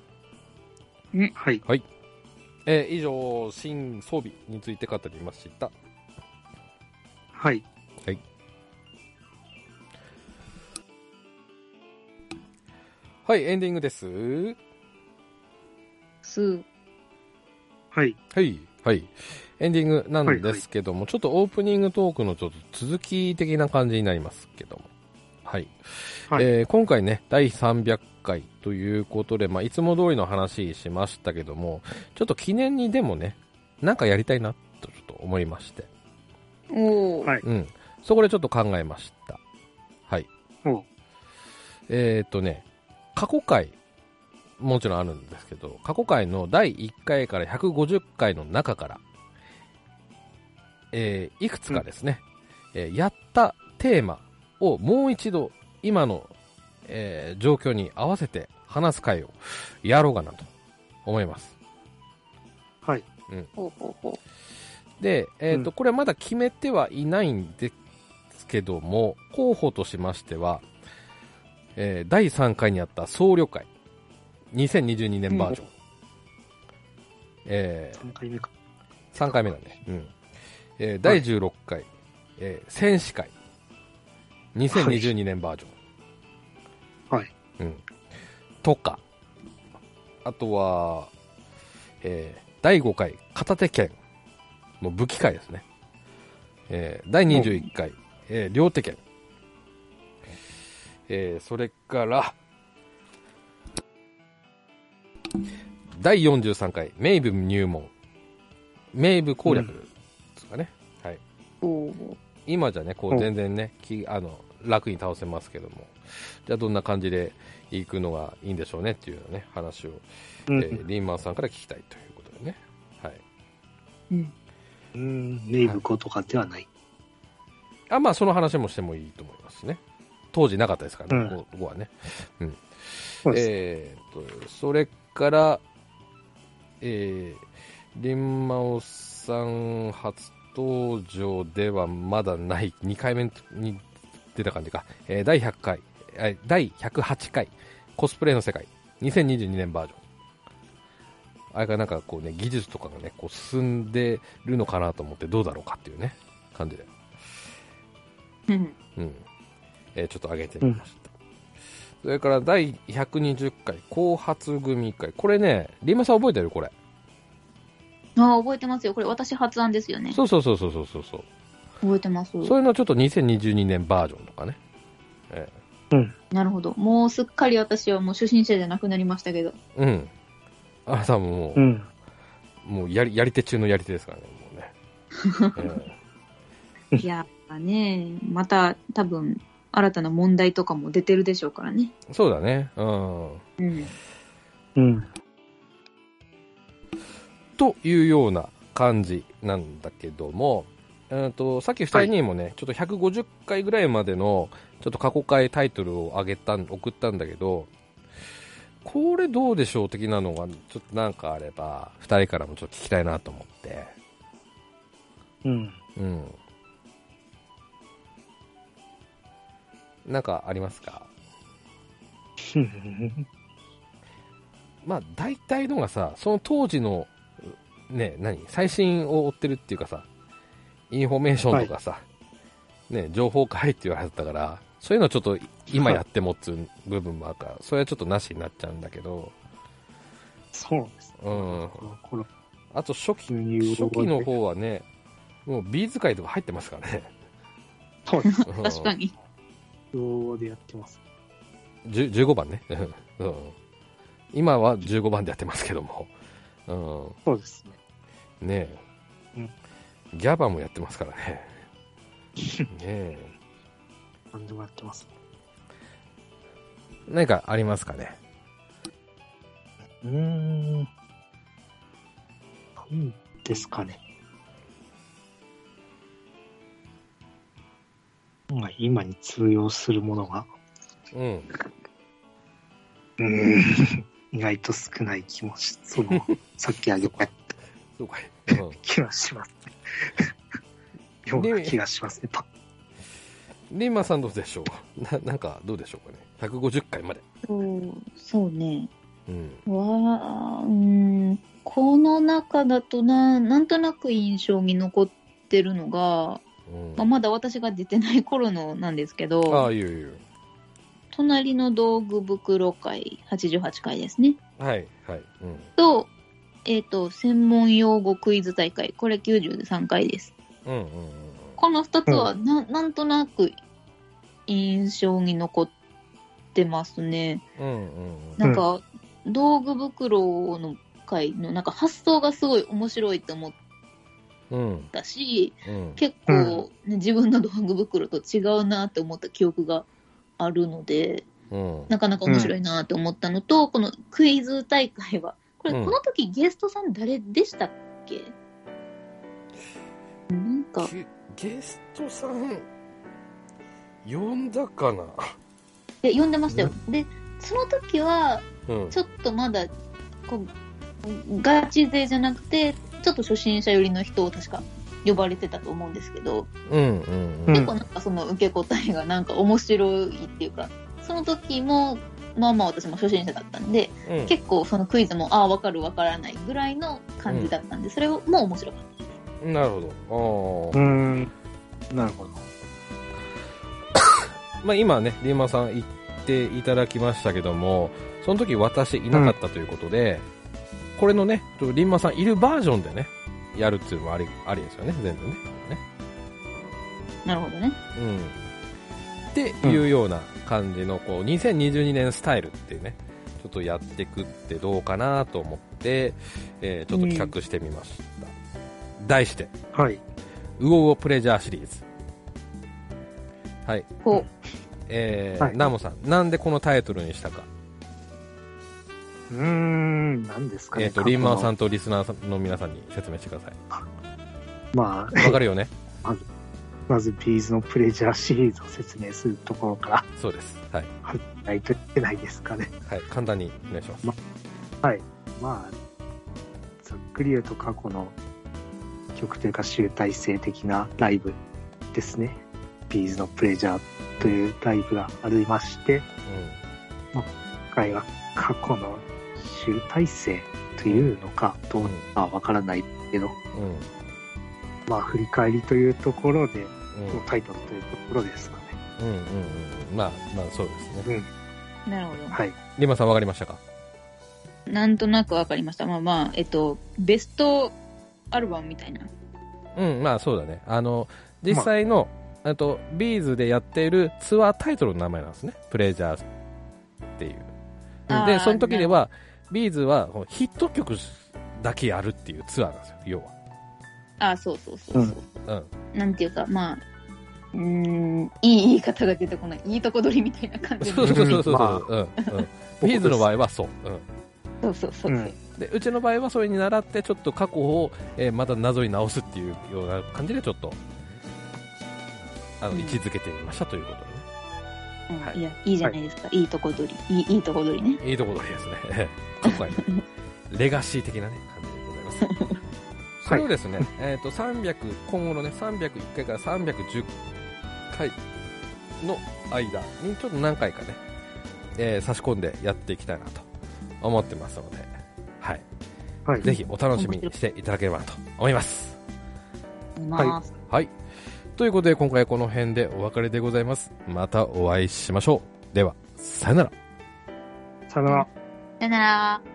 はい。
えー以上、新装備について語りました。
はい。
はい、エンディングです。
す
はい。
はい。はい。エンディングなんですけども、ちょっとオープニングトークのちょっと続き的な感じになりますけども。はい。
はい。
えー今回ね、第300回ということで、まあ、いつも通りの話しましたけども、ちょっと記念にでもね、なんかやりたいなとちょっと思いまして、
おー
はい
うん。そこでちょっと考えました。はい。
おう
えっ、とね、過去回、もちろんあるんですけど、過去回の第1回から150回の中から、えーいくつかですね、えーやったテーマをもう一度今の、えー状況に合わせて話す回をやろうかなと思います。
はい。
ほうほうほ。
で、えーと
うん
これはまだ決めてはいないんですけども候補としましては、えー第3回にあった僧侶会2022年バージョン、え
3回目か。
3回目だね、うんえー第16回、えー戦士会2022年バージョン、
はい。
うん、とか、あとは、えー第5回、片手剣の武器会ですね。えー第21回、えー両手剣。えーそれから、第43回、名武入門。名武攻略ですかね。はいう
おー
今じゃね、こ
う
うん全然ね、きあの楽に倒せますけども、じゃあどんな感じで行くのがいいんでしょうねっていうようなね、話を、
う
え
ん。
ーリンマンさんから聞きたいということでね。はい。
うん。
うん、名物語とかではない。
あ、まあその話もしてもいいと思いますね。当時なかったですからね、
うん
こここはね。
そうです。
えーっと、それから、えー、リンマオさん初登場ではまだない、2回目に出た感じか。えー第100回、えー第108回、コスプレの世界、2022年バージョン。あれがなんかこうね、技術とかがね、こう進んでるのかなと思ってどうだろうかっていうね、感じで。
うん。
うんえーちょっと上げてみました、それから第120回後発組会これねリーマさん覚えてるこれ
ああ、覚えてますよ。これ私発案ですよね。
そうそうそうそうそうそうそう
覚えてます。
そういうのちょっと2022年バージョンとかね
なるほど。もうすっ かり私はもう初心者じゃなくなりましたけど。
うんあなたももう
うん。
もうやりやり手中のやり手ですからね、もう ね。え
いやーね、また多分新たな問題とかも出てるでしょうからね。
えそうだね。うん。
うん。
うん。
というような感じなんだけども、うんとさっき2人にもね、ちょっと150回ぐらいまでのちょっと過去回タイトルを上げたん送ったんだけど、これどうでしょう的なのが、ちょっとなんかあれば、2人からもちょっと聞きたいなと思って。
うん。
うん。なんかありますかまあ、大体のがさ、その当時の、ね、何、最新を追ってるっていうかさ、インフォメーションとかさ、ね、情報会って言われてたから、そういうのはちょっと今やってもっつう部分もあるから、それはちょっとなしになっちゃうんだけど、
そうです。
うん。
この頃
あと初期
急、に
初期の
動いて
方はね、もうビーズ会とか入ってますからね。
そうです。
確かに。
秒でやってます。
じゅ15番ね、うん、今は15番でやってますけども、
そうですね。
うん、ねえ、ギャバもやってますから ねねえ
何でもやってます。
何かありますかね
うーん。何ですかね。まあ、今に通用するもの が、
うん
うーん意外と少ない気もし、そ の、さっきあげた
そうかい、
気がしますね。ような気がしますね。パ
うん、リンマさんどうでしょうななんかどうでしょうかね150回まで
そう、そうね。
うん
わあ、うん、この中だとな、なんとなく印象に残ってるのが、
うん
まあ、まだ私が出てない頃のなんですけ
あ
ど、
あいいよいいよ
隣の道具袋会、88回ですね。
はいはい、うん、
と、えっ、と、専門用語クイズ大会、これ93回です。
うんうんうん
この2つはな、なんとなく印象に残ってますね。
うんうんうん
なんか、道具袋の回の、なんか発想がすごい面白いと思っ
うん
たし、
うん
結構、ね自分の道具袋と違うなって思った記憶があるので、
うん
なかなか面白いなって思ったのと、このクイズ大会は、これ、
うん
この時ゲストさん誰でしたっけなんか、
ゲゲストさん呼んだかな、
で、呼んでましたよ。で、その時は、
うん、
ちょっとまだ、こう、ガチ勢じゃなくて、ちょっと初心者寄りの人を確か呼ばれてたと思うんですけど、
うんうんうん
うん
結構なんかその受け答えがなんか面白いっていうか、その時も、まあまあ私も初心者だったんで、
うん
結構そのクイズも、ああ、わかるわからないぐらいの感じだったんで、それも面白かっ
なるほ
う
ど
ーん。なるほど。
あー、まあ、今ねリーマンさん言っていただきましたけどもその時私いなかったということで、これのねちょっとリーマンさんいるバージョンでねやるっていうのもありありですよね全部ね
た。なるほどね。
うんっていうような感じのこう2022年スタイルっていうねちょっとやってくってどうかなと思って、えーちょっと企画してみました、題して
はい。
ウオウオプレジャーシリーズ。はい。
こ
えー
はい
ナモさん、なんでこのタイトルにしたか。
うーん。何ですかね。
えっ、と、リンマーさ
ん。
んとリスナーさんの皆さんに説明してください。
まあ、
わかるよね
まずビーズのプレジャーシリーズを説明するところから
そうです。はい。
入らないといけないですかね。
はい。簡単にお願いします。
まあ、ざっくり言うと過去の曲というか集大成的なライブですね。ビーズのプレジャーというライブがありまして、今回は過去の集大成というのかどうかわからないけど、
うん。うん。
まあ振り返りというところで、
うん
このタイトルというところですかね。。
うん。うん。うん。まあ、まあ、そうですね。
う。なるほど。
はい。
リンマーさんわかりましたか
なんとなくわかりました。まあまあ、えっと、ベストアルバムみたいな。
うん。まあ、そうだね。あの、実際の、あと、ビーズでやっているツアータイトルの名前なんですね。プレジャーっていう。
あー
で、その時では、ビーズはこうヒット曲だけやるっていうツアーなんですよ、要は。
あ、そうそうそうそう。
うん。
なんていうか、まあ、うーん、いい言い方が出てこない。いいとこ取りみたいな感じ
そう
の。
そうそうそう。
まあ
うん。うん。ビーズの場合はそう。うん。
そうそうそう。
うん
でうちの場合はそれに倣ってちょっと過去を、えーまた謎に直すっていうような感じでちょっとあの
うん
位置づけてみましたということでね、
うん
はい
い、や、いいじゃないですか。い、いとこ取り。いい、いいとこ取りね。
いいところですね 今回レガシー的な、ね、感じでございますそれをですね、えー、と300今後のね301回から310回の間にちょっと何回かね、えー差し込んでやっていきたいなと思ってますので、はい、
はい。
ぜひお楽しみにしていただければなと思います
まあ、
はい。ということで今回はこの辺でお別れでございます。またお会いしましょう。では、さよなら。
さよなら。
さよなら。